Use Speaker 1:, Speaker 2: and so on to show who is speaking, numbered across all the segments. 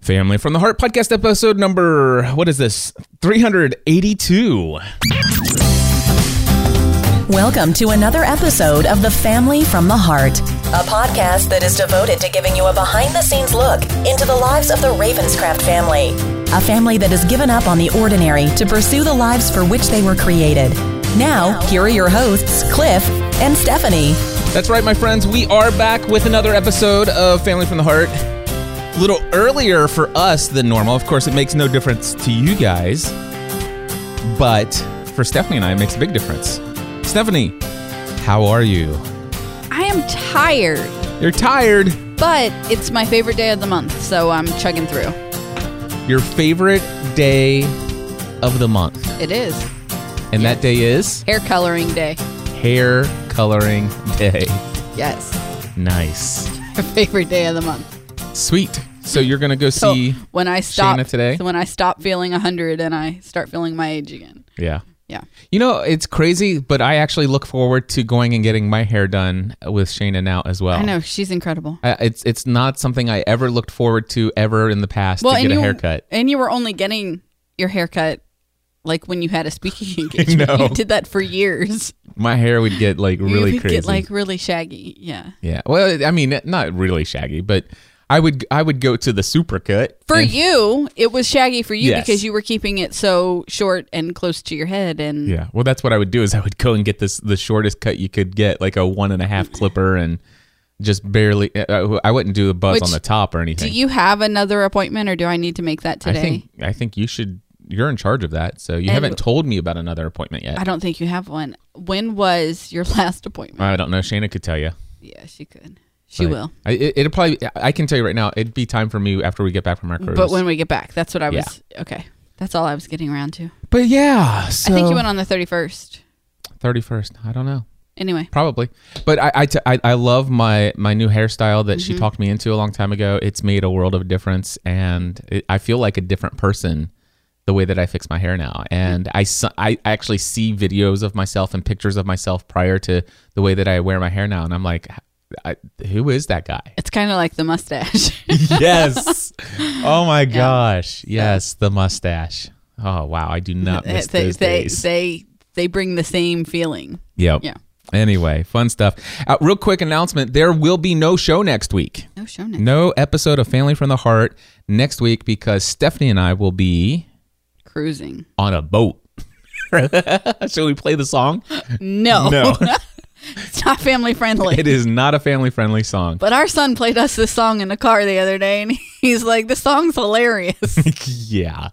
Speaker 1: Family from the Heart podcast episode number, what is this? 382.
Speaker 2: Welcome to another episode of The Family from the Heart, a podcast that is devoted to giving you a behind the scenes look into the lives of the Ravenscraft family, a family that has given up on the ordinary to pursue the lives for which they were created. Now, here are your hosts, Cliff and Stephanie.
Speaker 1: That's right, my friends. We are back with another episode of Family from the Heart. A little earlier for us than normal. Of course, it makes no difference to you guys, but for Stephanie and I, it makes a big difference. Stephanie, how are you?
Speaker 3: I am tired,
Speaker 1: You're tired.
Speaker 3: but it's my favorite day of the month, so I'm chugging through.
Speaker 1: Your favorite day of the month.
Speaker 3: It is
Speaker 1: And that day is
Speaker 3: hair coloring day.
Speaker 1: hair coloring day.
Speaker 3: Yes,
Speaker 1: Nice.
Speaker 3: my favorite day of the month.
Speaker 1: Sweet. So you're going to go
Speaker 3: So
Speaker 1: see.
Speaker 3: when I stop
Speaker 1: Shayna today?
Speaker 3: so when I stop feeling 100 and I start feeling my age again.
Speaker 1: Yeah.
Speaker 3: Yeah.
Speaker 1: You know, it's crazy, but I actually look forward to going and getting my hair done with Shayna now as well.
Speaker 3: I know she's incredible.
Speaker 1: Oh. I- it's it's not something I ever looked forward to ever in the past to get
Speaker 3: and
Speaker 1: a
Speaker 3: you
Speaker 1: haircut.
Speaker 3: and you were only getting your haircut like when you had a speaking engagement.
Speaker 1: know.
Speaker 3: You did that for years.
Speaker 1: My hair would get like really
Speaker 3: you would
Speaker 1: crazy.
Speaker 3: get like really shaggy. Yeah.
Speaker 1: yeah. Well, I mean, not really shaggy, but I would I would go to the supercut
Speaker 3: For
Speaker 1: and-
Speaker 3: you, it was shaggy for you
Speaker 1: Yes.
Speaker 3: because you were keeping it so short and close to your head and
Speaker 1: Yeah. Well, that's what I would do is I would go and get this the shortest cut you could get, like a one and a half clipper, and just barely. I I wouldn't do the buzz
Speaker 3: Which-
Speaker 1: on the top or anything.
Speaker 3: Do you have another appointment, or do I need to make that today?
Speaker 1: I think I think you should. You're in charge of that, so you
Speaker 3: And-
Speaker 1: haven't told me about another appointment
Speaker 3: I
Speaker 1: yet.
Speaker 3: don't think you have one. When was your last appointment?
Speaker 1: I don't know. Shayna could tell you.
Speaker 3: yeah, she could. She
Speaker 1: Like,
Speaker 3: will.
Speaker 1: I, it, it'll probably. I can tell you right now. It'd be time for me after we get back from our cruise.
Speaker 3: But when we get back, that's what I
Speaker 1: Yeah.
Speaker 3: was. Okay, that's all I was getting around to.
Speaker 1: But yeah.
Speaker 3: I think you went on the thirty first.
Speaker 1: thirty first. I don't know.
Speaker 3: Anyway,
Speaker 1: Probably. But I I t- I- I love my my new hairstyle that
Speaker 3: Mm-hmm.
Speaker 1: she talked me into a long time ago. It's made a world of difference, and it, I feel like a different person the way that I fix my hair now. And I s- I actually see videos of myself and pictures of myself prior to the way that I wear my hair now, and I'm like. I, who is that guy?
Speaker 3: it's kind of like the mustache.
Speaker 1: yes. Oh my gosh. Yes, the mustache. Oh wow, I do not
Speaker 3: they,
Speaker 1: miss those
Speaker 3: they,
Speaker 1: days.
Speaker 3: they they bring the same feeling.
Speaker 1: yep.
Speaker 3: yeah.
Speaker 1: Anyway, fun stuff. Uh, real quick announcement: there will be no show next week.
Speaker 3: No show next.
Speaker 1: No episode of Family from the Heart next week because Stephanie and I will be
Speaker 3: Cruising.
Speaker 1: on a boat. Shall we play the song?
Speaker 3: Oh, No, it's not family friendly.
Speaker 1: it is not a family friendly song.
Speaker 3: But our son played us this song in the car the other day, and he's like, "The song's hilarious."
Speaker 1: yeah.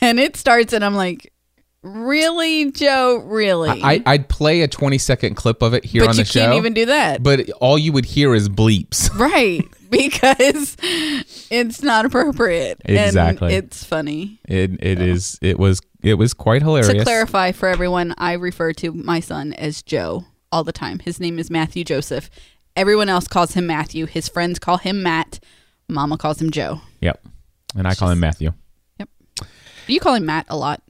Speaker 3: and it starts and I'm like, really, Joe? Really?
Speaker 1: I, I'd play a 20 second clip of it here
Speaker 3: but
Speaker 1: on
Speaker 3: you
Speaker 1: the show.
Speaker 3: can't even do that,
Speaker 1: but all you would hear is bleeps.
Speaker 3: right? Because it's not appropriate. And
Speaker 1: Exactly.
Speaker 3: it's funny.
Speaker 1: It it is it was it was quite hilarious.
Speaker 3: To clarify for everyone, I refer to my son as Joe all the time. His name is Matthew Joseph. Everyone else calls him Matthew. His friends call him Matt. Mama calls him Joe.
Speaker 1: Yep. And I call him Matthew.
Speaker 3: You call him Matt a lot.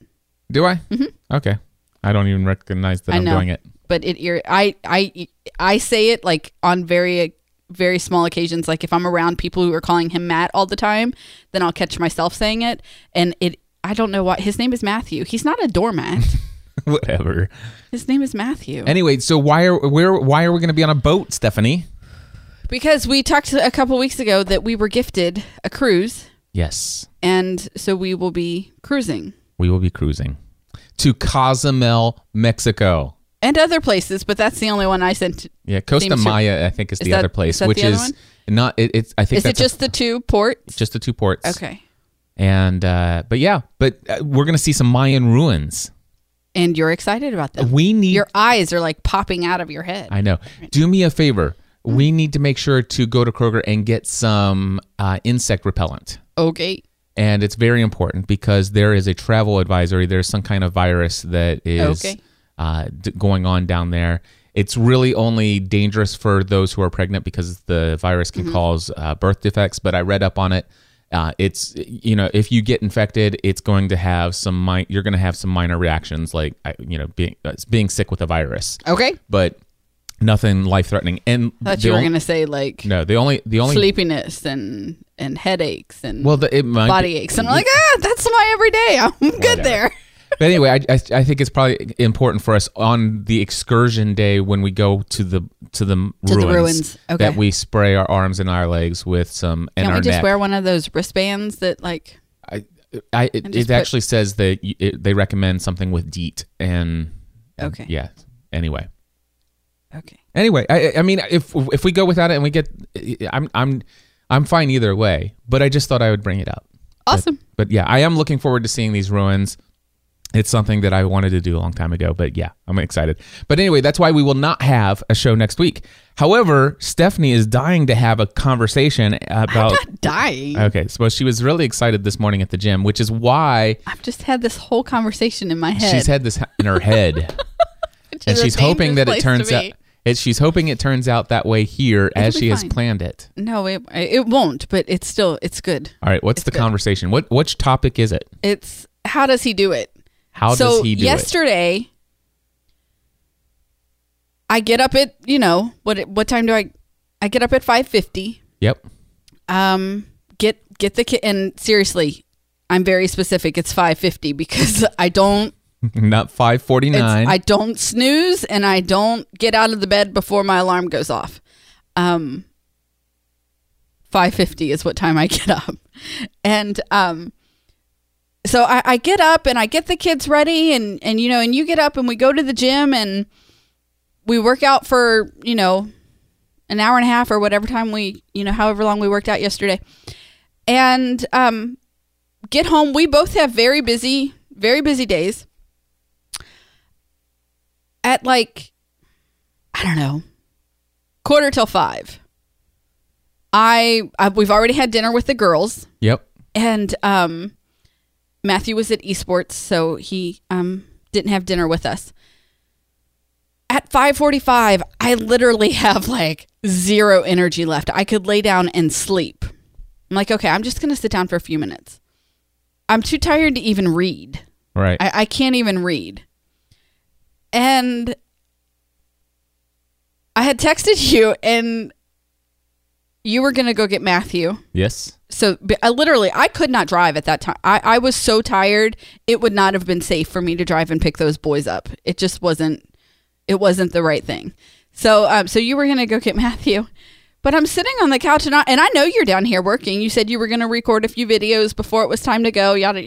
Speaker 1: Do I? Mm-hmm. Okay. I don't even recognize that
Speaker 3: I
Speaker 1: I'm
Speaker 3: know.
Speaker 1: doing it.
Speaker 3: but it ir- I I I say it like on very very small occasions like if I'm around people who are calling him Matt all the time then I'll catch myself saying it and it I don't know why his name is Matthew he's not a doormat
Speaker 1: Whatever.
Speaker 3: his name is Matthew
Speaker 1: Anyway, so why are where why are we going to be on a boat, Stephanie?
Speaker 3: because we talked a couple weeks ago that we were gifted a cruise
Speaker 1: Yes,
Speaker 3: and so we will be cruising
Speaker 1: we will be cruising to Cozumel, Mexico.
Speaker 3: and other places but that's the only one I sent
Speaker 1: Yeah, Costa
Speaker 3: Seems to-
Speaker 1: Maya, I think, is,
Speaker 3: Is
Speaker 1: the
Speaker 3: that-
Speaker 1: other place,
Speaker 3: is that
Speaker 1: which
Speaker 3: the other
Speaker 1: is
Speaker 3: one?
Speaker 1: not. It, it's I think
Speaker 3: is it
Speaker 1: that's a-
Speaker 3: just the two ports
Speaker 1: just the two ports.
Speaker 3: okay
Speaker 1: And uh, but yeah, but uh, we're going to see some Mayan ruins.
Speaker 3: and you're excited about that
Speaker 1: We need
Speaker 3: your eyes are like popping out of your head
Speaker 1: I know. Do me a favor. We
Speaker 3: Mm-hmm.
Speaker 1: need to make sure to go to Kroger and get some uh, insect repellent.
Speaker 3: okay
Speaker 1: And it's very important because there is a travel advisory. There's some kind of virus that is
Speaker 3: Okay.
Speaker 1: uh, d- going on down there. It's really only dangerous for those who are pregnant because the virus
Speaker 3: Mm-hmm.
Speaker 1: can cause uh, birth defects. But I read up on it. Uh, it's you know if you get infected, it's going to have some. Mi- you're going to have some minor reactions like I- you know being uh, being sick with a virus
Speaker 3: okay
Speaker 1: but nothing life threatening. And
Speaker 3: I thought
Speaker 1: the
Speaker 3: you were
Speaker 1: on-
Speaker 3: going to say like
Speaker 1: no, the only the only
Speaker 3: sleepiness and and headaches and
Speaker 1: Well, the, it might
Speaker 3: body aches. And I'm like, ah, that's my everyday. I'm good there.
Speaker 1: But anyway, I, I I think it's probably important for us on the excursion day when we go to the to the
Speaker 3: To the
Speaker 1: ruins,
Speaker 3: ruins, okay.
Speaker 1: that we spray our arms and our legs with some and
Speaker 3: Can't
Speaker 1: our
Speaker 3: we just
Speaker 1: neck.
Speaker 3: wear one of those wristbands that like?
Speaker 1: I, I it,
Speaker 3: just
Speaker 1: it
Speaker 3: put-
Speaker 1: actually says that you, it, they recommend something with DEET and
Speaker 3: Okay.
Speaker 1: yeah. Anyway,
Speaker 3: Okay.
Speaker 1: anyway, I I- I mean if if we go without it and we get I'm I'm I'm fine either way, but I just thought I would bring it up.
Speaker 3: Awesome.
Speaker 1: But yeah, I am looking forward to seeing these ruins. It's something that I wanted to do a long time ago, but yeah, I'm excited. But anyway, that's why we will not have a show next week. However, Stephanie is dying to have a conversation about.
Speaker 3: Dying.
Speaker 1: Okay, so she was really excited this morning at the gym, which is why
Speaker 3: I've just had this whole conversation in my head.
Speaker 1: she's had this in her head,
Speaker 3: which
Speaker 1: and
Speaker 3: is a
Speaker 1: she's hoping that
Speaker 3: dangerous
Speaker 1: it
Speaker 3: place
Speaker 1: turns
Speaker 3: to
Speaker 1: out.
Speaker 3: be.
Speaker 1: It, she's hoping it turns out that way here as
Speaker 3: be
Speaker 1: she has
Speaker 3: fine.
Speaker 1: planned it.
Speaker 3: No, it it won't. But it's still it's good.
Speaker 1: All right, what's the conversation? What which topic is it?
Speaker 3: It's how does he do it?
Speaker 1: How
Speaker 3: so
Speaker 1: does he do it?
Speaker 3: yesterday, I get up at you know what what time do I? I get up at five fifty.
Speaker 1: Yep.
Speaker 3: Um, get get the kid. And seriously, I'm very specific. It's five fifty because I don't.
Speaker 1: Not five forty
Speaker 3: It's,
Speaker 1: nine.
Speaker 3: I don't snooze and I don't get out of the bed before my alarm goes off. Um, five fifty is what time I get up, and um, so I, I get up and I get the kids ready, and and you know, and you get up and we go to the gym and we work out for you know an hour and a half or whatever time we you know however long we worked out yesterday, and um, get home. We both have very busy, very busy days. At like, I don't know, quarter till five. I, I we've already had dinner with the girls,
Speaker 1: Yep.
Speaker 3: and um, Matthew was at esports, so he um didn't have dinner with us. At five forty-five, I literally have like zero energy left. I could lay down and sleep. I'm like, okay, I'm just gonna sit down for a few minutes. I'm too tired to even read.
Speaker 1: Right.
Speaker 3: I, I can't even read. And I had texted you, and you were going to go get Matthew.
Speaker 1: yes.
Speaker 3: So b- I literally, I could not drive at that time. I, I was so tired; it would not have been safe for me to drive and pick those boys up. It just wasn't. It wasn't the right thing. So, um, so you were gonna go get Matthew, but I'm sitting on the couch and I and I know you're down here working. You said you were gonna record a few videos before it was time to go. Yada.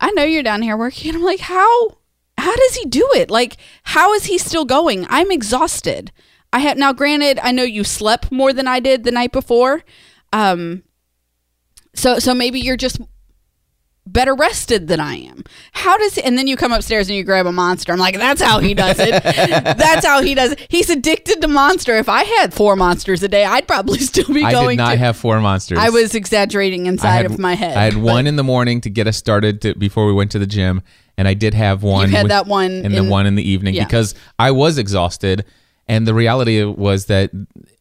Speaker 3: I know you're down here working. And I'm like, how? How does he do it? Like, how is he still going? I'm exhausted. I have now. Granted, I know you slept more than I did the night before. Um, so so maybe you're just better rested than I am. How does and then you come upstairs and you grab a monster. I'm like, that's how he does it. that's how he does it. He's addicted to monster. If I had four monsters a day, I'd probably still be
Speaker 1: I
Speaker 3: going
Speaker 1: did not
Speaker 3: to
Speaker 1: have four monsters.
Speaker 3: I was exaggerating
Speaker 1: I
Speaker 3: inside of my head.
Speaker 1: I had one in the morning to get us started to, before we went to the gym, and I did have one.
Speaker 3: had that one
Speaker 1: and the
Speaker 3: in-
Speaker 1: one in the evening
Speaker 3: Yeah.
Speaker 1: because I was exhausted, and the reality was that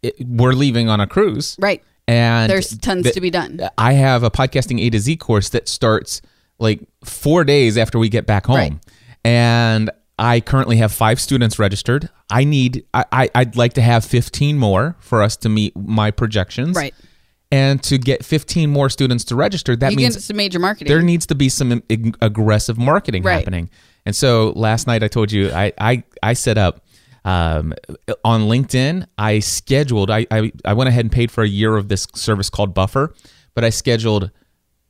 Speaker 1: it, we're leaving on a cruise,
Speaker 3: Right.
Speaker 1: And
Speaker 3: There's tons
Speaker 1: th-
Speaker 3: to be done.
Speaker 1: I have a podcasting A to Z course that starts like four days after we get back home.
Speaker 3: Right.
Speaker 1: And I currently have five students registered. I need, I, I, I'd like to have 15 more for us to meet my projections.
Speaker 3: Right.
Speaker 1: And to get 15 more students to register, that
Speaker 3: you get
Speaker 1: means
Speaker 3: into major marketing.
Speaker 1: there needs to be some ag- aggressive marketing
Speaker 3: Right.
Speaker 1: happening. And so last night I told you I I, I set up um, on LinkedIn. I scheduled. I, I I went ahead and paid for a year of this service called Buffer, but I scheduled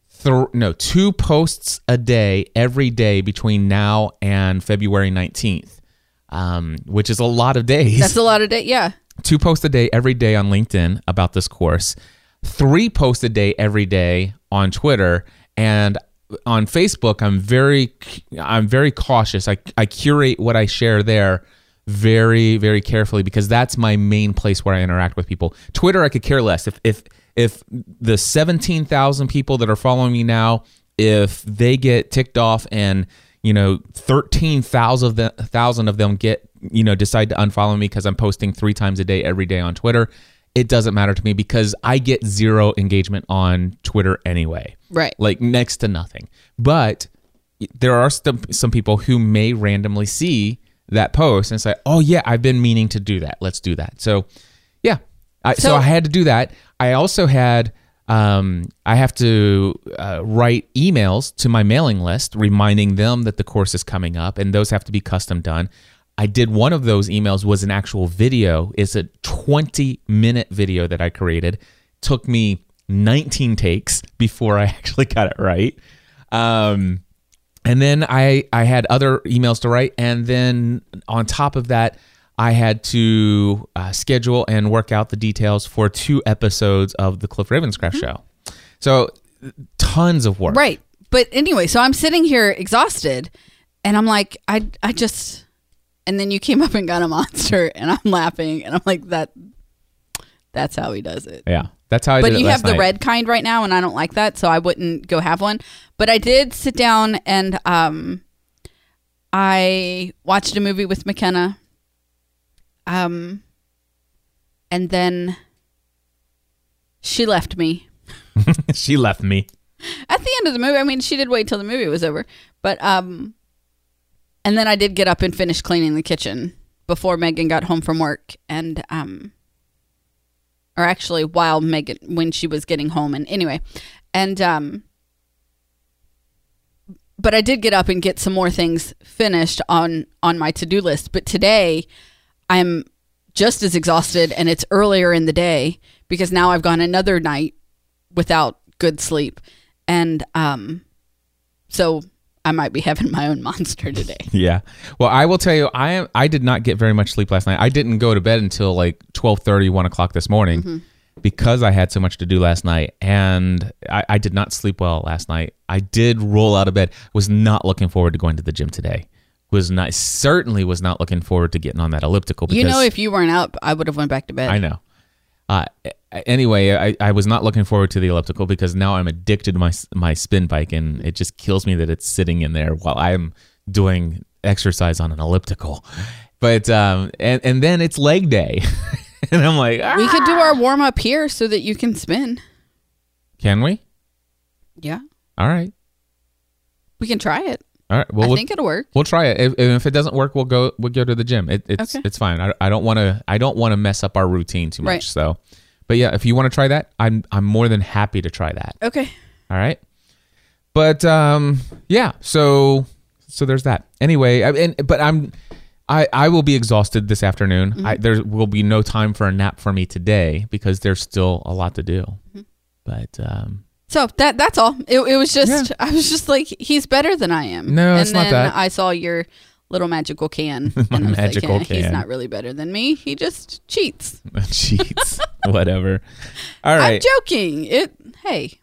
Speaker 1: thr no two posts a day every day between now and February nineteenth, um, which is a lot of days
Speaker 3: That's a lot of day. Yeah.
Speaker 1: two posts a day every day on LinkedIn about this course, three posts a day every day on Twitter, and on Facebook I'm very I'm very cautious. I I curate what I share there very very carefully because that's my main place where I interact with people. Twitter I could care less if if if the 17,000 people that are following me now if they get ticked off and you know 13,000 of, the, thousand of them get you know decide to unfollow me because i'm posting three times a day every day on twitter it doesn't matter to me because i get zero engagement on twitter anyway
Speaker 3: Right.
Speaker 1: like next to nothing but there are some, some people who may randomly see that post and say oh yeah i've been meaning to do that let's do that so yeah I, so,
Speaker 3: So-
Speaker 1: i had to do that i also had um, I have to uh, write emails to my mailing list reminding them that the course is coming up, and those have to be custom done. I did one of those emails was an actual video. It's a 20 minute video that I created. Took me 19 takes before I actually got it right. Um, and then I I had other emails to write, and then on top of that, I had to uh, schedule and work out the details for two episodes of the Cliff Ravenscraft show. So tons of work.
Speaker 3: Mm-hmm. Right. But anyway, so I'm sitting here exhausted and I'm like, I, I just, and then you came up and got a monster and I'm laughing and I'm like, that, that's how he does it.
Speaker 1: Yeah, that's how I
Speaker 3: But
Speaker 1: did it
Speaker 3: you
Speaker 1: last
Speaker 3: have the
Speaker 1: night.
Speaker 3: red kind right now and I don't like that. So I wouldn't go have one. But I did sit down and, um, I watched a movie with McKenna. Um, and then she left me.
Speaker 1: she left me.
Speaker 3: at the end of the movie. I mean, she did wait till the movie was over, but um, and then I did get up and finish cleaning the kitchen before Megan got home from work, and um, or actually while Megan when she was getting home, and anyway, and um, but I did get up and get some more things finished on on my to do list. But today, I'm just as exhausted, and it's earlier in the day because now I've gone another night without good sleep, and um, so I might be having my own monster today.
Speaker 1: Yeah. Well, I will tell you, I am. I did not get very much sleep last night. I didn't go to bed until like 12, 1 o'clock this morning
Speaker 3: Mm-hmm.
Speaker 1: because I had so much to do last night, and I, I did not sleep well last night. I did roll out of bed. Was not looking forward to going to the gym today. Was not certainly was not looking forward to getting on that elliptical. Because
Speaker 3: you know, if you weren't up, I would have went back to bed.
Speaker 1: I know. Uh, a- anyway, I, I was not looking forward to the elliptical because now I'm addicted to my s- my spin bike, and it just kills me that it's sitting in there while I'm doing exercise on an elliptical. But um, and and then it's leg day, and I'm like, "Ah."
Speaker 3: We could do our warm up here so that you can spin.
Speaker 1: can we?
Speaker 3: Yeah,
Speaker 1: All right,
Speaker 3: we can try it.
Speaker 1: all right. Well,
Speaker 3: I
Speaker 1: we'll,
Speaker 3: think it'll work.
Speaker 1: we'll try it. If, if it doesn't work, we'll go we'll go to the gym. It, it's
Speaker 3: Okay.
Speaker 1: it's fine. I, I don't want to I don't want to mess up our routine too much.
Speaker 3: Right.
Speaker 1: So, but yeah, if you want to try that, I'm I'm more than happy to try that.
Speaker 3: Okay.
Speaker 1: All right. But um yeah, so so there's that. Anyway, I, and but I'm I I will be exhausted this afternoon. I
Speaker 3: Mm-hmm.
Speaker 1: there will be no time for a nap for me today because there's still a lot to do.
Speaker 3: Mm-hmm.
Speaker 1: But um
Speaker 3: So that that's all. It, it was just I was just like he's better than I am.
Speaker 1: No,
Speaker 3: and
Speaker 1: it's not
Speaker 3: then
Speaker 1: that.
Speaker 3: I saw your little magical can.
Speaker 1: My
Speaker 3: and I was
Speaker 1: magical
Speaker 3: like, "Yeah, He's
Speaker 1: can."
Speaker 3: not really better than me. He just cheats.
Speaker 1: jeez, whatever. All
Speaker 3: I'm
Speaker 1: right.
Speaker 3: joking. It hey,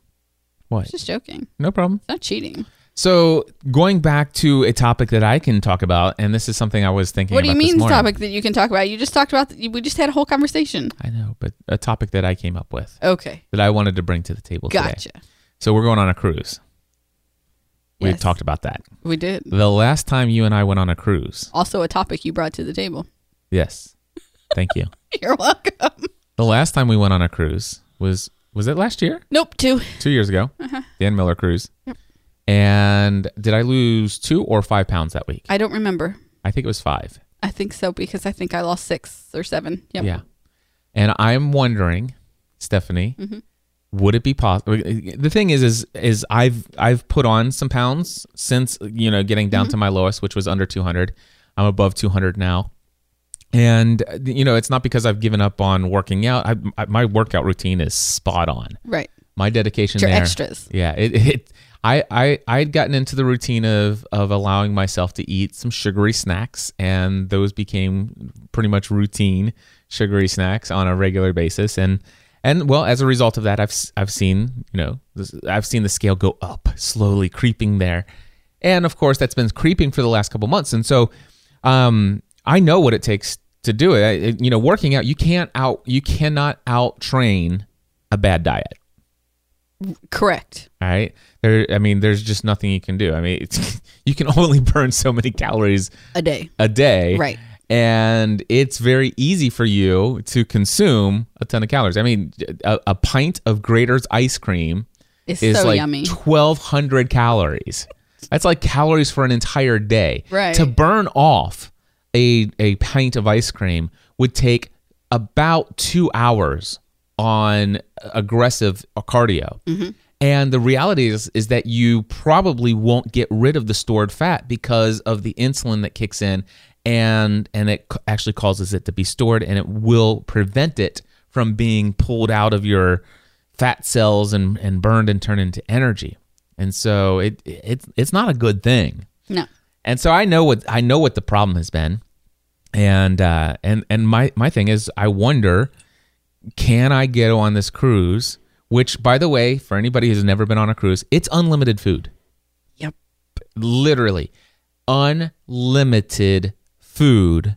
Speaker 1: what?
Speaker 3: just joking.
Speaker 1: No problem.
Speaker 3: It's not cheating.
Speaker 1: So, going back to a topic that I can talk about and this is something I was thinking
Speaker 3: What do you
Speaker 1: about this
Speaker 3: mean
Speaker 1: morning.
Speaker 3: topic that you can talk about? You just talked about we just had a whole conversation.
Speaker 1: I know, but a topic that I came up with
Speaker 3: Okay.
Speaker 1: that I wanted to bring to the table today.
Speaker 3: Gotcha.
Speaker 1: So we're going on a cruise. We've
Speaker 3: Yes.
Speaker 1: talked about that.
Speaker 3: We did.
Speaker 1: The last time you and I went on a cruise.
Speaker 3: Also a topic you brought to the table.
Speaker 1: Yes. Thank you.
Speaker 3: You're welcome.
Speaker 1: The last time we went on a cruise was was it last year?
Speaker 3: Nope, too.
Speaker 1: Two years ago. Dan Miller cruise. And did I lose two or five pounds that week?
Speaker 3: I don't remember.
Speaker 1: I think it was five.
Speaker 3: I think so because I think I lost six or seven. Yep.
Speaker 1: Yeah. And I'm wondering, Stephanie, would it be possible? The thing is, is is I've I've put on some pounds since you know getting down to my lowest, which was under 200. I'm above 200 now, and uh, you know it's not because I've given up on working out. I, I, my workout routine is spot on.
Speaker 3: Right.
Speaker 1: My dedication
Speaker 3: Your
Speaker 1: there-
Speaker 3: extras.
Speaker 1: Yeah, it, it I I I had gotten into the routine of of allowing myself to eat some sugary snacks, and those became pretty much routine sugary snacks on a regular basis, and and well, as a result of that, I've s- I've seen you know this, I've seen the scale go up slowly, creeping there, and of course that's been creeping for the last couple months, and so um, I know what it takes to do it. I, it- you know, working out you can't out you cannot out train a bad diet.
Speaker 3: Correct.
Speaker 1: All right. There I mean there's just nothing you can do. I mean it's, you can only burn so many calories
Speaker 3: A day.
Speaker 1: a day.
Speaker 3: Right.
Speaker 1: And it's very easy for you to consume a ton of calories. I mean a, a pint of Grater's ice cream
Speaker 3: It's
Speaker 1: is
Speaker 3: so
Speaker 1: like
Speaker 3: yummy.
Speaker 1: 1200 calories. That's like calories for an entire day.
Speaker 3: Right.
Speaker 1: To burn off a a pint of ice cream would take about 2 hours on aggressive cardio. And the reality is is that you probably won't get rid of the stored fat because of the insulin that kicks in and and it c- actually causes it to be stored and it will prevent it from being pulled out of your fat cells and, and burned and turned into energy. And so it, it it's it's not a good thing.
Speaker 3: No.
Speaker 1: And so I know what I know what the problem has been, and uh, and and my my thing is I wonder, can I get on this cruise? Which, by the way, for anybody who's never been on a cruise, it's unlimited food,
Speaker 3: Yep.
Speaker 1: literally, unlimited food,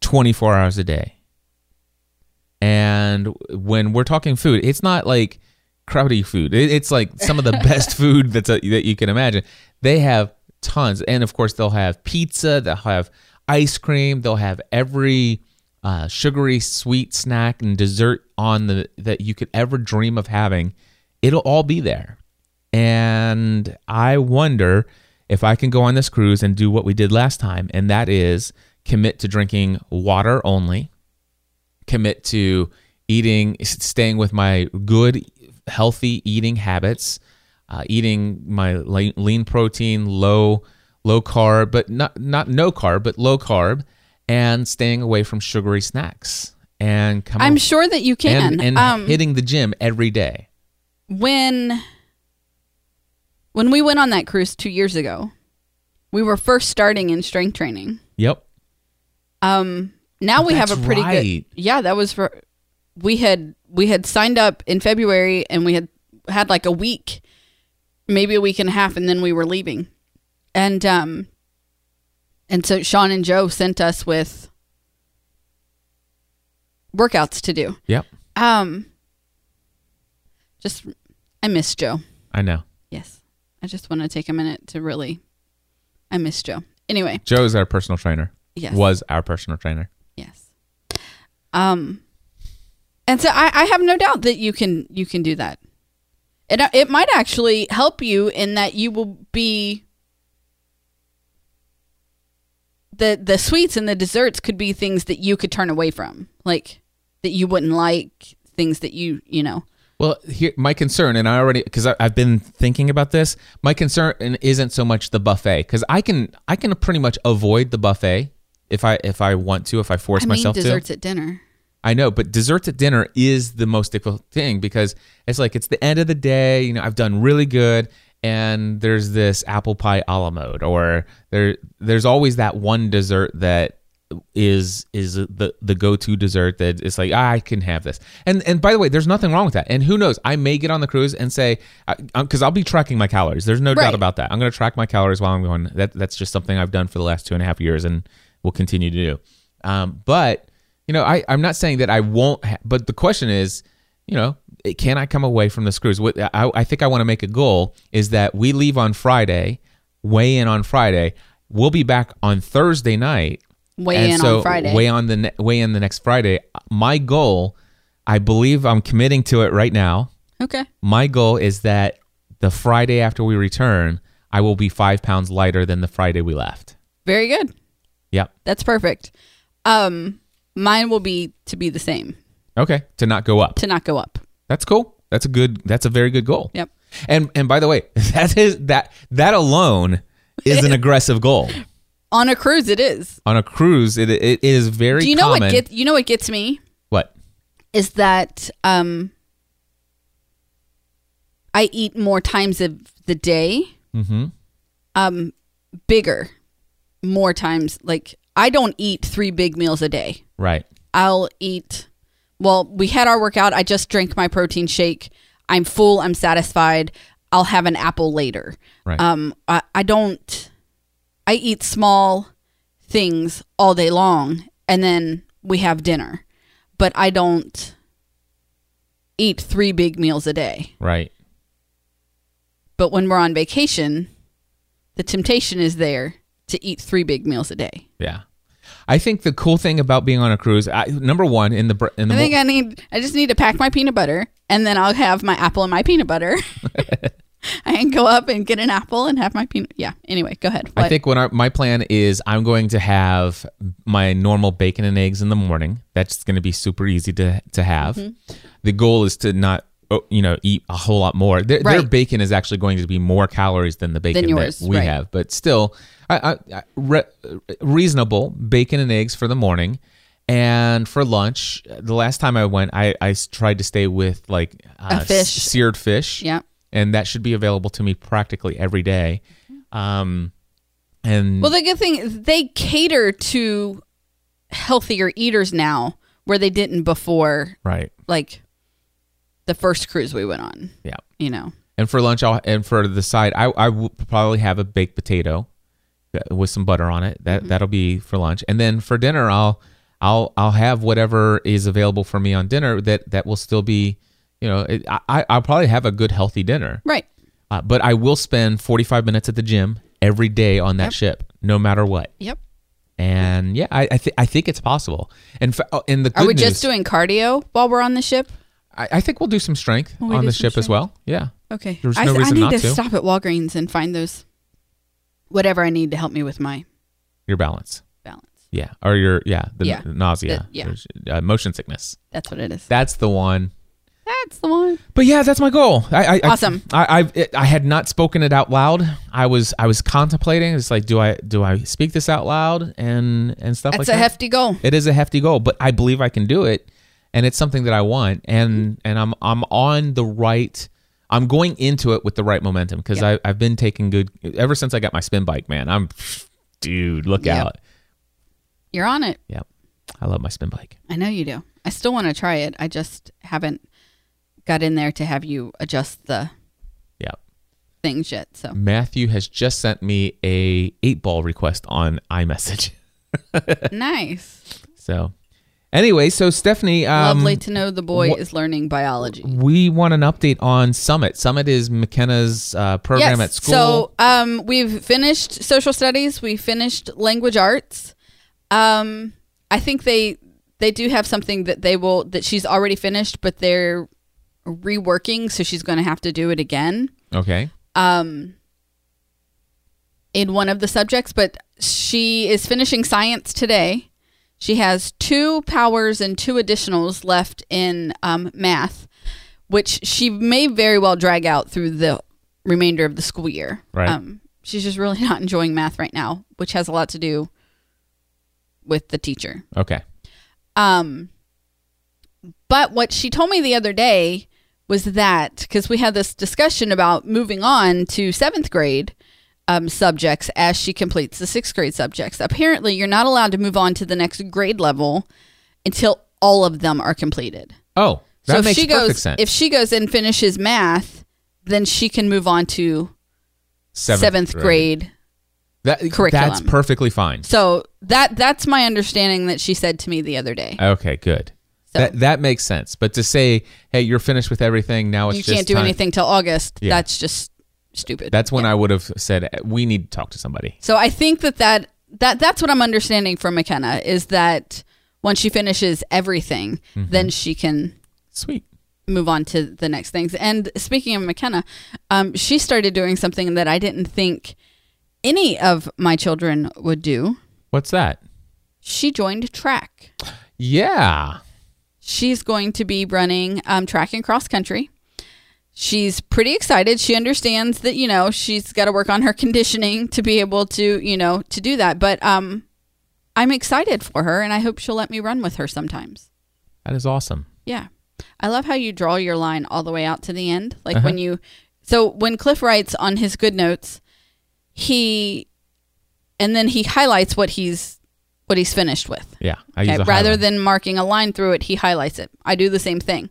Speaker 1: twenty four hours a day. And when we're talking food, it's not like crowdy food. It- It's like some of the best food that's a, that you can imagine. They have tons, and of course they'll have pizza. They'll have ice cream. They'll have every uh, sugary sweet snack and dessert on the that you could ever dream of having. It'll all be there. And I wonder if I can go on this cruise and do what we did last time, and that is commit to drinking water only commit to eating, s- staying with my good, healthy eating habits, uh, eating my le- lean protein, low low carb, but not not no carb, but low carb, and staying away from sugary snacks. And come
Speaker 3: I'm
Speaker 1: on-
Speaker 3: sure that you can.
Speaker 1: and, and
Speaker 3: um,
Speaker 1: hitting the gym every day.
Speaker 3: when when we went on that cruise two years ago, we were first starting in strength training.
Speaker 1: Yep.
Speaker 3: Um, now we have a
Speaker 1: That's
Speaker 3: pretty
Speaker 1: right.
Speaker 3: good. Yeah, that was for. We had we had signed up in February, and we had had like a week, maybe a week and a half, and then we were leaving, and um, and so Sean and Joe sent us with workouts to do.
Speaker 1: Yep.
Speaker 3: Um, just I miss Joe.
Speaker 1: I know.
Speaker 3: Yes. I just want to take a minute to really. I miss Joe. Anyway,
Speaker 1: Joe is our personal trainer.
Speaker 3: Yes.
Speaker 1: Was our personal trainer.
Speaker 3: yes. Um, and so I, I have no doubt that you can you can do that. It it might actually help you in that you will be. The the sweets and the desserts could be things that you could turn away from, like that you wouldn't like, things that you you know.
Speaker 1: Well, here my concern, and I already because I've been thinking about this. My concern and isn't so much the buffet because I can I can pretty much avoid the buffet if I if I want to if I force
Speaker 3: I mean,
Speaker 1: myself to.
Speaker 3: desserts at dinner.
Speaker 1: I know, but desserts at dinner is the most difficult thing because it's like it's the end of the day. You know, I've done really good, and there's this apple pie a la mode, or there there's always that one dessert that is is the the go to dessert that it's like "Ah, I can have this. And and by the way, there's nothing wrong with that. And who knows, I may get on the cruise and say because I'll be tracking my calories. There's no doubt
Speaker 3: Right.
Speaker 1: about that. I'm going to track my calories while I'm going. That that's just something I've done for the last two and a half years and will continue to do. Um, but you know, I I'm not saying that I won't. Ha- but the question is, you know, it- can I come away from the cruise? What I, I think I want to make a goal is that we leave on Friday, weigh in on Friday. We'll be back on Thursday night.
Speaker 3: Weigh
Speaker 1: And
Speaker 3: in on Friday.
Speaker 1: Weigh on the ne- weigh in the next Friday. My goal, I believe I'm committing to it right now
Speaker 3: Okay.
Speaker 1: my goal is that the Friday after we return, I will be five pounds lighter than the Friday we left.
Speaker 3: Very good.
Speaker 1: Yep.
Speaker 3: That's perfect. Um, mine will be to be the same,
Speaker 1: Okay. To not go up.
Speaker 3: to not go up.
Speaker 1: That's cool. That's a good. That's a very good goal.
Speaker 3: Yep.
Speaker 1: And and by the way, that is that that alone is an aggressive goal.
Speaker 3: On a cruise, it is.
Speaker 1: On a cruise, it it is very.
Speaker 3: Do you know
Speaker 1: common-
Speaker 3: what gets you know what gets me
Speaker 1: what?
Speaker 3: is that um, I eat more times of the day,
Speaker 1: Mm-hmm.
Speaker 3: um, bigger, more times. Like I don't eat three big meals a day.
Speaker 1: Right.
Speaker 3: I'll eat. Well, we had our workout. I just drank my protein shake. I'm full. I'm satisfied. I'll have an apple later.
Speaker 1: Right.
Speaker 3: Um, I, I don't. I eat small things all day long, and then we have dinner. But I don't eat three big meals a day.
Speaker 1: Right.
Speaker 3: But when we're on vacation, the temptation is there to eat three big meals a day.
Speaker 1: Yeah. I think the cool thing about being on a cruise, I, number one, in the br- in the
Speaker 3: I
Speaker 1: mo-
Speaker 3: think I need. I just need to pack my peanut butter, and then I'll have my apple and my peanut butter. I and go up and get an apple and have my peanut. Yeah. Anyway, go ahead.
Speaker 1: I think when I, my plan is I'm going to have my normal bacon and eggs in the morning. That's going to be super easy to to have.
Speaker 3: Mm-hmm.
Speaker 1: The goal is to not oh, you know eat a whole lot more. Their, their
Speaker 3: Right.
Speaker 1: bacon is actually going to be more calories than the bacon
Speaker 3: yours,
Speaker 1: that we
Speaker 3: right.
Speaker 1: have, but still I, I, I, re, reasonable bacon and eggs for the morning. And for lunch, the last time I went, I, I s- tried to stay with like uh, s-
Speaker 3: fish.
Speaker 1: seared fish
Speaker 3: Yeah.
Speaker 1: and that should be available to me practically every day. Um, and
Speaker 3: Well, the good thing is they cater to healthier eaters now where they didn't before,
Speaker 1: right,
Speaker 3: like the first cruise we went on,
Speaker 1: yeah.
Speaker 3: you know.
Speaker 1: And for lunch, I'll and for the side, I I will probably have a baked potato that- with some butter on it.
Speaker 3: Mm-hmm.
Speaker 1: That that'll be for lunch, and then for dinner, I'll I'll I'll have whatever is available for me on dinner that that will still be, you know, it, I- I I'll probably have a good healthy dinner.
Speaker 3: Right.
Speaker 1: Uh, but I will spend forty five minutes at the gym every day on that ship, no matter what.
Speaker 3: Yep.
Speaker 1: And yeah, I I, th- I think it's possible. And fa- oh, and the good
Speaker 3: Are we
Speaker 1: news,
Speaker 3: just doing cardio while we're on the ship?
Speaker 1: I, I think we'll do some strength
Speaker 3: Will we
Speaker 1: on
Speaker 3: do
Speaker 1: the
Speaker 3: some
Speaker 1: ship as
Speaker 3: strength?
Speaker 1: well. Yeah.
Speaker 3: Okay.
Speaker 1: There's
Speaker 3: I,
Speaker 1: no
Speaker 3: I
Speaker 1: reason
Speaker 3: need
Speaker 1: not
Speaker 3: to,
Speaker 1: to.
Speaker 3: stop at Walgreens and find those whatever I need to help me with my
Speaker 1: Your balance.
Speaker 3: balance.
Speaker 1: Yeah. Or your, yeah, the
Speaker 3: Yeah.
Speaker 1: n- nausea.
Speaker 3: The- yeah.
Speaker 1: There's, Uh, motion sickness.
Speaker 3: That's what it is.
Speaker 1: That's the one.
Speaker 3: That's the one.
Speaker 1: But yeah, that's my goal. I, I I-
Speaker 3: Awesome.
Speaker 1: I I, it, I had not spoken it out loud. I was I was contemplating. It's like, do I do I speak this out loud and and stuff like
Speaker 3: That's a
Speaker 1: that.
Speaker 3: hefty goal.
Speaker 1: it is a hefty goal, but I believe I can do it, and it's something that I want, and and I'm I'm on the right. I'm going into it with the right momentum because I I've been taking good ever since I got my spin bike. Man, I'm dude, look
Speaker 3: Yep.
Speaker 1: out!
Speaker 3: You're on it.
Speaker 1: Yep, I love my spin bike.
Speaker 3: I know you do. I still want to try it. I just haven't got in there to have you adjust the
Speaker 1: Yep.
Speaker 3: things yet. So
Speaker 1: Matthew has just sent me a eight ball request on iMessage.
Speaker 3: nice.
Speaker 1: So, anyway, so Stephanie, um,
Speaker 3: Lovely to know the boy
Speaker 1: what-
Speaker 3: is learning biology.
Speaker 1: We want an update on Summit. Summit is McKenna's uh, program at school.
Speaker 3: So um, we've finished social studies. We finished language arts. Um, I think they they do have something that they will that she's already finished, but they're reworking, so she's going to have to do it again.
Speaker 1: okay.
Speaker 3: um, in one of the subjects, but she is finishing science today. She has two powers and two additionals left in um, math, which she may very well drag out through the remainder of the school year.
Speaker 1: Right.
Speaker 3: Um, she's just really not enjoying math right now, which has a lot to do with the teacher.
Speaker 1: Okay.
Speaker 3: Um, but what she told me the other day was that because we had this discussion about moving on to seventh grade um, subjects as she completes the sixth grade subjects. Apparently, you're not allowed to move on to the next grade level until all of them are completed.
Speaker 1: Oh, that
Speaker 3: so if
Speaker 1: makes
Speaker 3: she
Speaker 1: perfect
Speaker 3: goes,
Speaker 1: sense.
Speaker 3: if she goes and finishes math, then she can move on to seventh, grade.
Speaker 1: That,
Speaker 3: curriculum.
Speaker 1: That's perfectly fine.
Speaker 3: So that that's my understanding that she said to me the other day.
Speaker 1: Okay, good.
Speaker 3: So-
Speaker 1: That that makes sense. But to say, hey, you're finished with everything now, it's
Speaker 3: you
Speaker 1: just
Speaker 3: can't do
Speaker 1: time-
Speaker 3: anything till August.
Speaker 1: Yeah.
Speaker 3: That's just stupid.
Speaker 1: That's when I would have said we need to talk to somebody.
Speaker 3: so I think that, that that that's what I'm understanding from McKenna is that once she finishes everything,
Speaker 1: Mm-hmm.
Speaker 3: then she can
Speaker 1: Sweet.
Speaker 3: move on to the next things. And speaking of McKenna, um, she started doing something that I didn't think any of my children would do.
Speaker 1: What's that?
Speaker 3: She joined track.
Speaker 1: Yeah.
Speaker 3: She's going to be running um, track and cross country. She's pretty excited. She understands that you know she's got to work on her conditioning to be able to you know to do that. But um, I'm excited for her, and I hope she'll let me run with her sometimes.
Speaker 1: That is awesome.
Speaker 3: Yeah, I love how you draw your line all the way out to the end. Like when you, so when Cliff writes on his good notes, he, and then he highlights what he's what he's finished with.
Speaker 1: Yeah. I
Speaker 3: Okay,
Speaker 1: use a
Speaker 3: rather
Speaker 1: highlight.
Speaker 3: than marking a line through it, he highlights it. I do the same thing.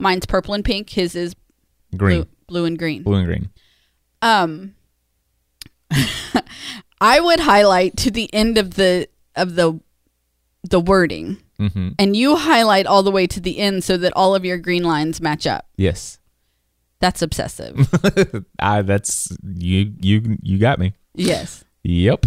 Speaker 3: Mine's purple and pink. His is
Speaker 1: green,
Speaker 3: blue, blue and green.
Speaker 1: blue and green.
Speaker 3: Um, I would highlight to the end of the of the the wording,
Speaker 1: Mm-hmm.
Speaker 3: and you highlight all the way to the end so that all of your green lines match up.
Speaker 1: Yes.
Speaker 3: That's obsessive.
Speaker 1: Ah, that's you. You you got me.
Speaker 3: yes.
Speaker 1: Yep.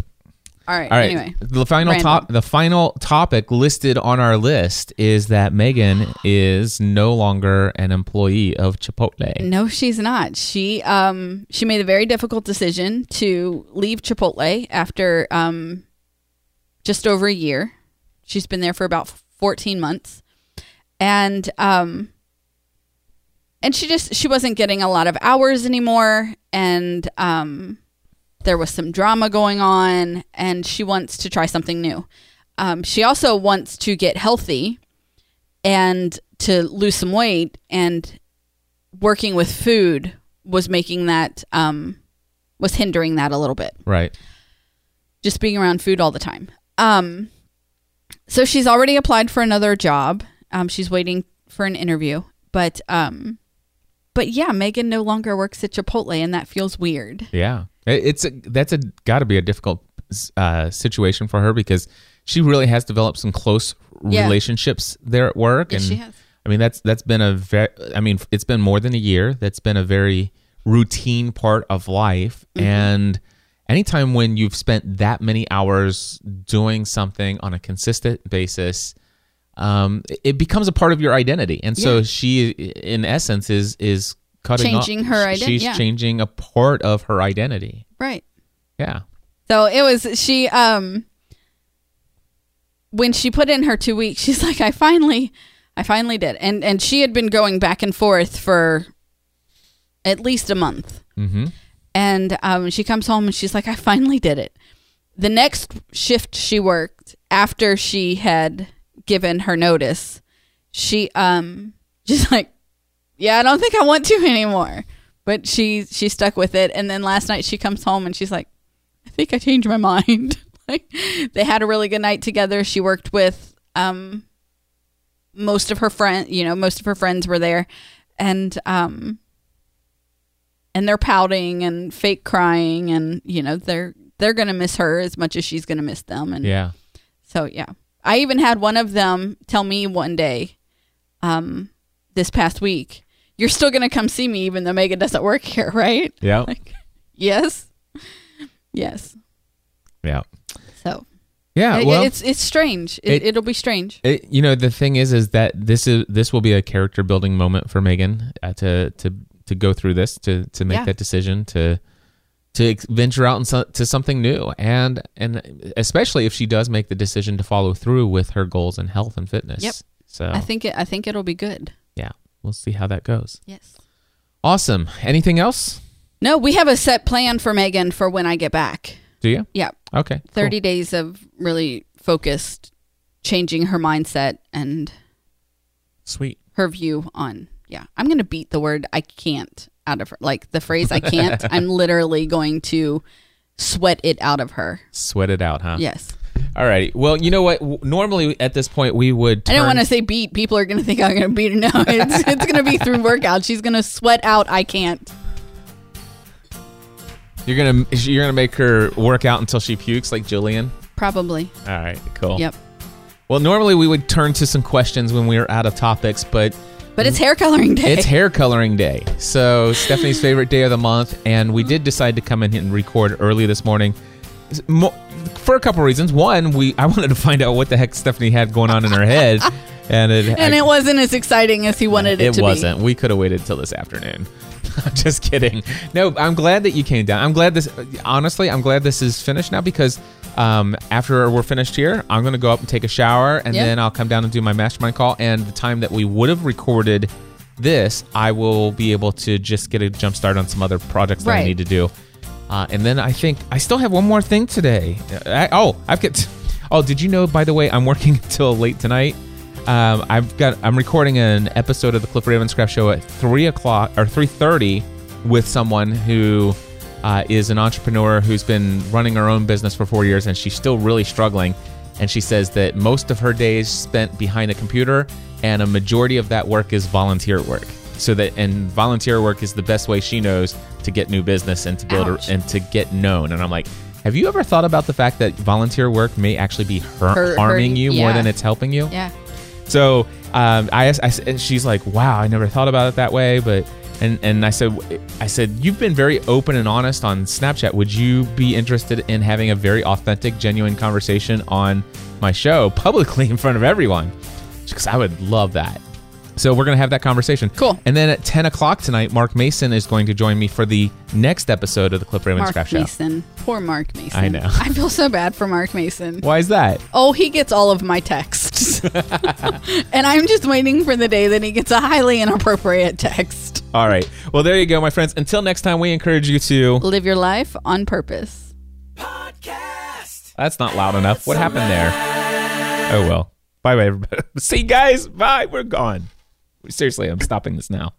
Speaker 3: All right.
Speaker 1: All right.
Speaker 3: Anyway,
Speaker 1: the final
Speaker 3: random.
Speaker 1: top the final topic listed on our list is that Megan is no longer an employee of Chipotle.
Speaker 3: no, she's not. She um she made a very difficult decision to leave Chipotle after um just over a year. She's been there for about 14 months. And um and she just she wasn't getting a lot of hours anymore and um there was some drama going on and she wants to try something new. Um she also wants to get healthy and to lose some weight and working with food was making that um was hindering that a little bit
Speaker 1: Right.
Speaker 3: just being around food all the time. Um, so she's already applied for another job. Um, she's waiting for an interview, but um, but yeah, Megan no longer works at Chipotle, and that feels weird.
Speaker 1: Yeah. It- It's a, that's a got to be a difficult uh, situation for her because she really has developed some close
Speaker 3: Yeah.
Speaker 1: relationships there at work.
Speaker 3: Yes,
Speaker 1: and
Speaker 3: she has.
Speaker 1: I mean that's that's been a very I mean it's been more than a year. That's been a very routine part of life
Speaker 3: Mm-hmm.
Speaker 1: and anytime when you've spent that many hours doing something on a consistent basis um, it- it becomes a part of your identity and so she in essence is is cutting off-
Speaker 3: Changing her ident-
Speaker 1: she's
Speaker 3: yeah.
Speaker 1: changing a part of her identity
Speaker 3: Right.
Speaker 1: yeah
Speaker 3: So it was she um when she put in her two weeks, she's like, I finally I finally did. And and she had been going back and forth for at least a month.
Speaker 1: mm-hmm.
Speaker 3: And um, she comes home and she's like, I finally did it. The next shift she worked after she had given her notice, she um she's like, Yeah, I don't think I want to anymore. But she she stuck with it and then last night she comes home and she's like, I think I changed my mind. like they had a really good night together. She worked with um most of her friend you know, most of her friends were there and um and they're pouting and fake crying and you know they're they're gonna miss her as much as she's gonna miss them and
Speaker 1: yeah
Speaker 3: so yeah i even had one of them tell me one day um this past week you're still gonna come see me even though megan doesn't work here right
Speaker 1: yeah
Speaker 3: yes yes
Speaker 1: yeah
Speaker 3: so
Speaker 1: yeah
Speaker 3: it-
Speaker 1: well
Speaker 3: it's it's strange
Speaker 1: it-
Speaker 3: it, it, will be strange
Speaker 1: It, you know the thing is, is that this is this will be a character building moment for Megan uh, to to to go through this to to make
Speaker 3: Yeah.
Speaker 1: that decision to to ex- venture out and so, to something new and and especially if she does make the decision to follow through with her goals in health and fitness.
Speaker 3: Yep.
Speaker 1: So
Speaker 3: i think it i think it'll be good
Speaker 1: yeah, we'll see how that goes.
Speaker 3: yes
Speaker 1: Awesome. Anything else?
Speaker 3: no we have a set plan for megan for when i get back
Speaker 1: Do you?
Speaker 3: yeah
Speaker 1: Okay. cool.
Speaker 3: 30 days of really focused changing her mindset and
Speaker 1: Sweet.
Speaker 3: her view on yeah i'm gonna beat the word i can't out of her like the phrase i can't i'm literally going to sweat it out of her
Speaker 1: Sweat it out, huh?
Speaker 3: yes
Speaker 1: All right. Well, you know what? W- Normally at this point we would.
Speaker 3: i don't
Speaker 1: turn-
Speaker 3: want to say beat people are gonna think i'm gonna beat her no it's, it's gonna be through workout she's gonna sweat out i can't
Speaker 1: You're gonna you're gonna make her work out until she pukes like Jillian.
Speaker 3: probably
Speaker 1: All right. Cool.
Speaker 3: yep
Speaker 1: Well, normally we would turn to some questions when we are out of topics, but
Speaker 3: but it's hair coloring day
Speaker 1: Mm. it's hair coloring day. So, Stephanie's favorite day of the month, and we did decide to come in and record early this morning. S- mo- For a couple reasons. One, we I wanted to find out what the heck Stephanie had going on in her head, and it
Speaker 3: and
Speaker 1: I-
Speaker 3: it wasn't as exciting as he wanted it,
Speaker 1: it
Speaker 3: to
Speaker 1: wasn't. We could have waited till this afternoon. I'm just kidding. No, I'm glad that you came down. I'm glad this. Honestly, I'm glad this is finished now because um, after we're finished here, I'm gonna go up and take a shower, and
Speaker 3: Yeah.
Speaker 1: then I'll come down and do my mastermind call. And the time that we would have recorded this, I will be able to just get a jump start on some other projects that I
Speaker 3: Right.
Speaker 1: need to do. Uh, and then I think I still have one more thing today. I, oh, I've got. Oh, did you know? By the way, I'm working until late tonight. Um, I've got. I'm recording an episode of the Cliff Ravenscraft Show at three o'clock or three thirty with someone who uh, is an entrepreneur who's been running her own business for four years, and she's still really struggling. And she says that most of her days spent behind a computer, and a majority of that work is volunteer work. So that and volunteer work is the best way she knows to get new business and to build her,
Speaker 3: Ouch.
Speaker 1: and to get known. And I'm like, have you ever thought about the fact that volunteer work may actually be har-
Speaker 3: Hurt-
Speaker 1: harming
Speaker 3: hurting-
Speaker 1: you more
Speaker 3: yeah.
Speaker 1: than it's helping you?
Speaker 3: be yeah
Speaker 1: So um, I, asked- I s- and she's like, wow, I never thought about it that way, but and and I said I said you've been very open and honest on Snapchat. Would you be interested in having a very authentic, genuine conversation on my show publicly in front of everyone? Because I would love that. So we're gonna have that conversation.
Speaker 3: Cool.
Speaker 1: And then at ten o'clock tonight, Mark Mason is going to join me for the next episode of the Clip Ravens
Speaker 3: Mark
Speaker 1: Scrap Show.
Speaker 3: Mason. Poor Mark Mason.
Speaker 1: I know.
Speaker 3: I feel so bad for Mark Mason.
Speaker 1: Why is that?
Speaker 3: Oh, he gets all of my texts. and I'm just waiting for the day that he gets a highly inappropriate text.
Speaker 1: All right. Well, there you go, my friends. Until next time, we encourage you to.
Speaker 3: Live your life on purpose.
Speaker 1: That's not loud enough. What happened there? Oh well. Bye bye, everybody. See you guys. Bye. We're gone. Seriously, I'm stopping this now.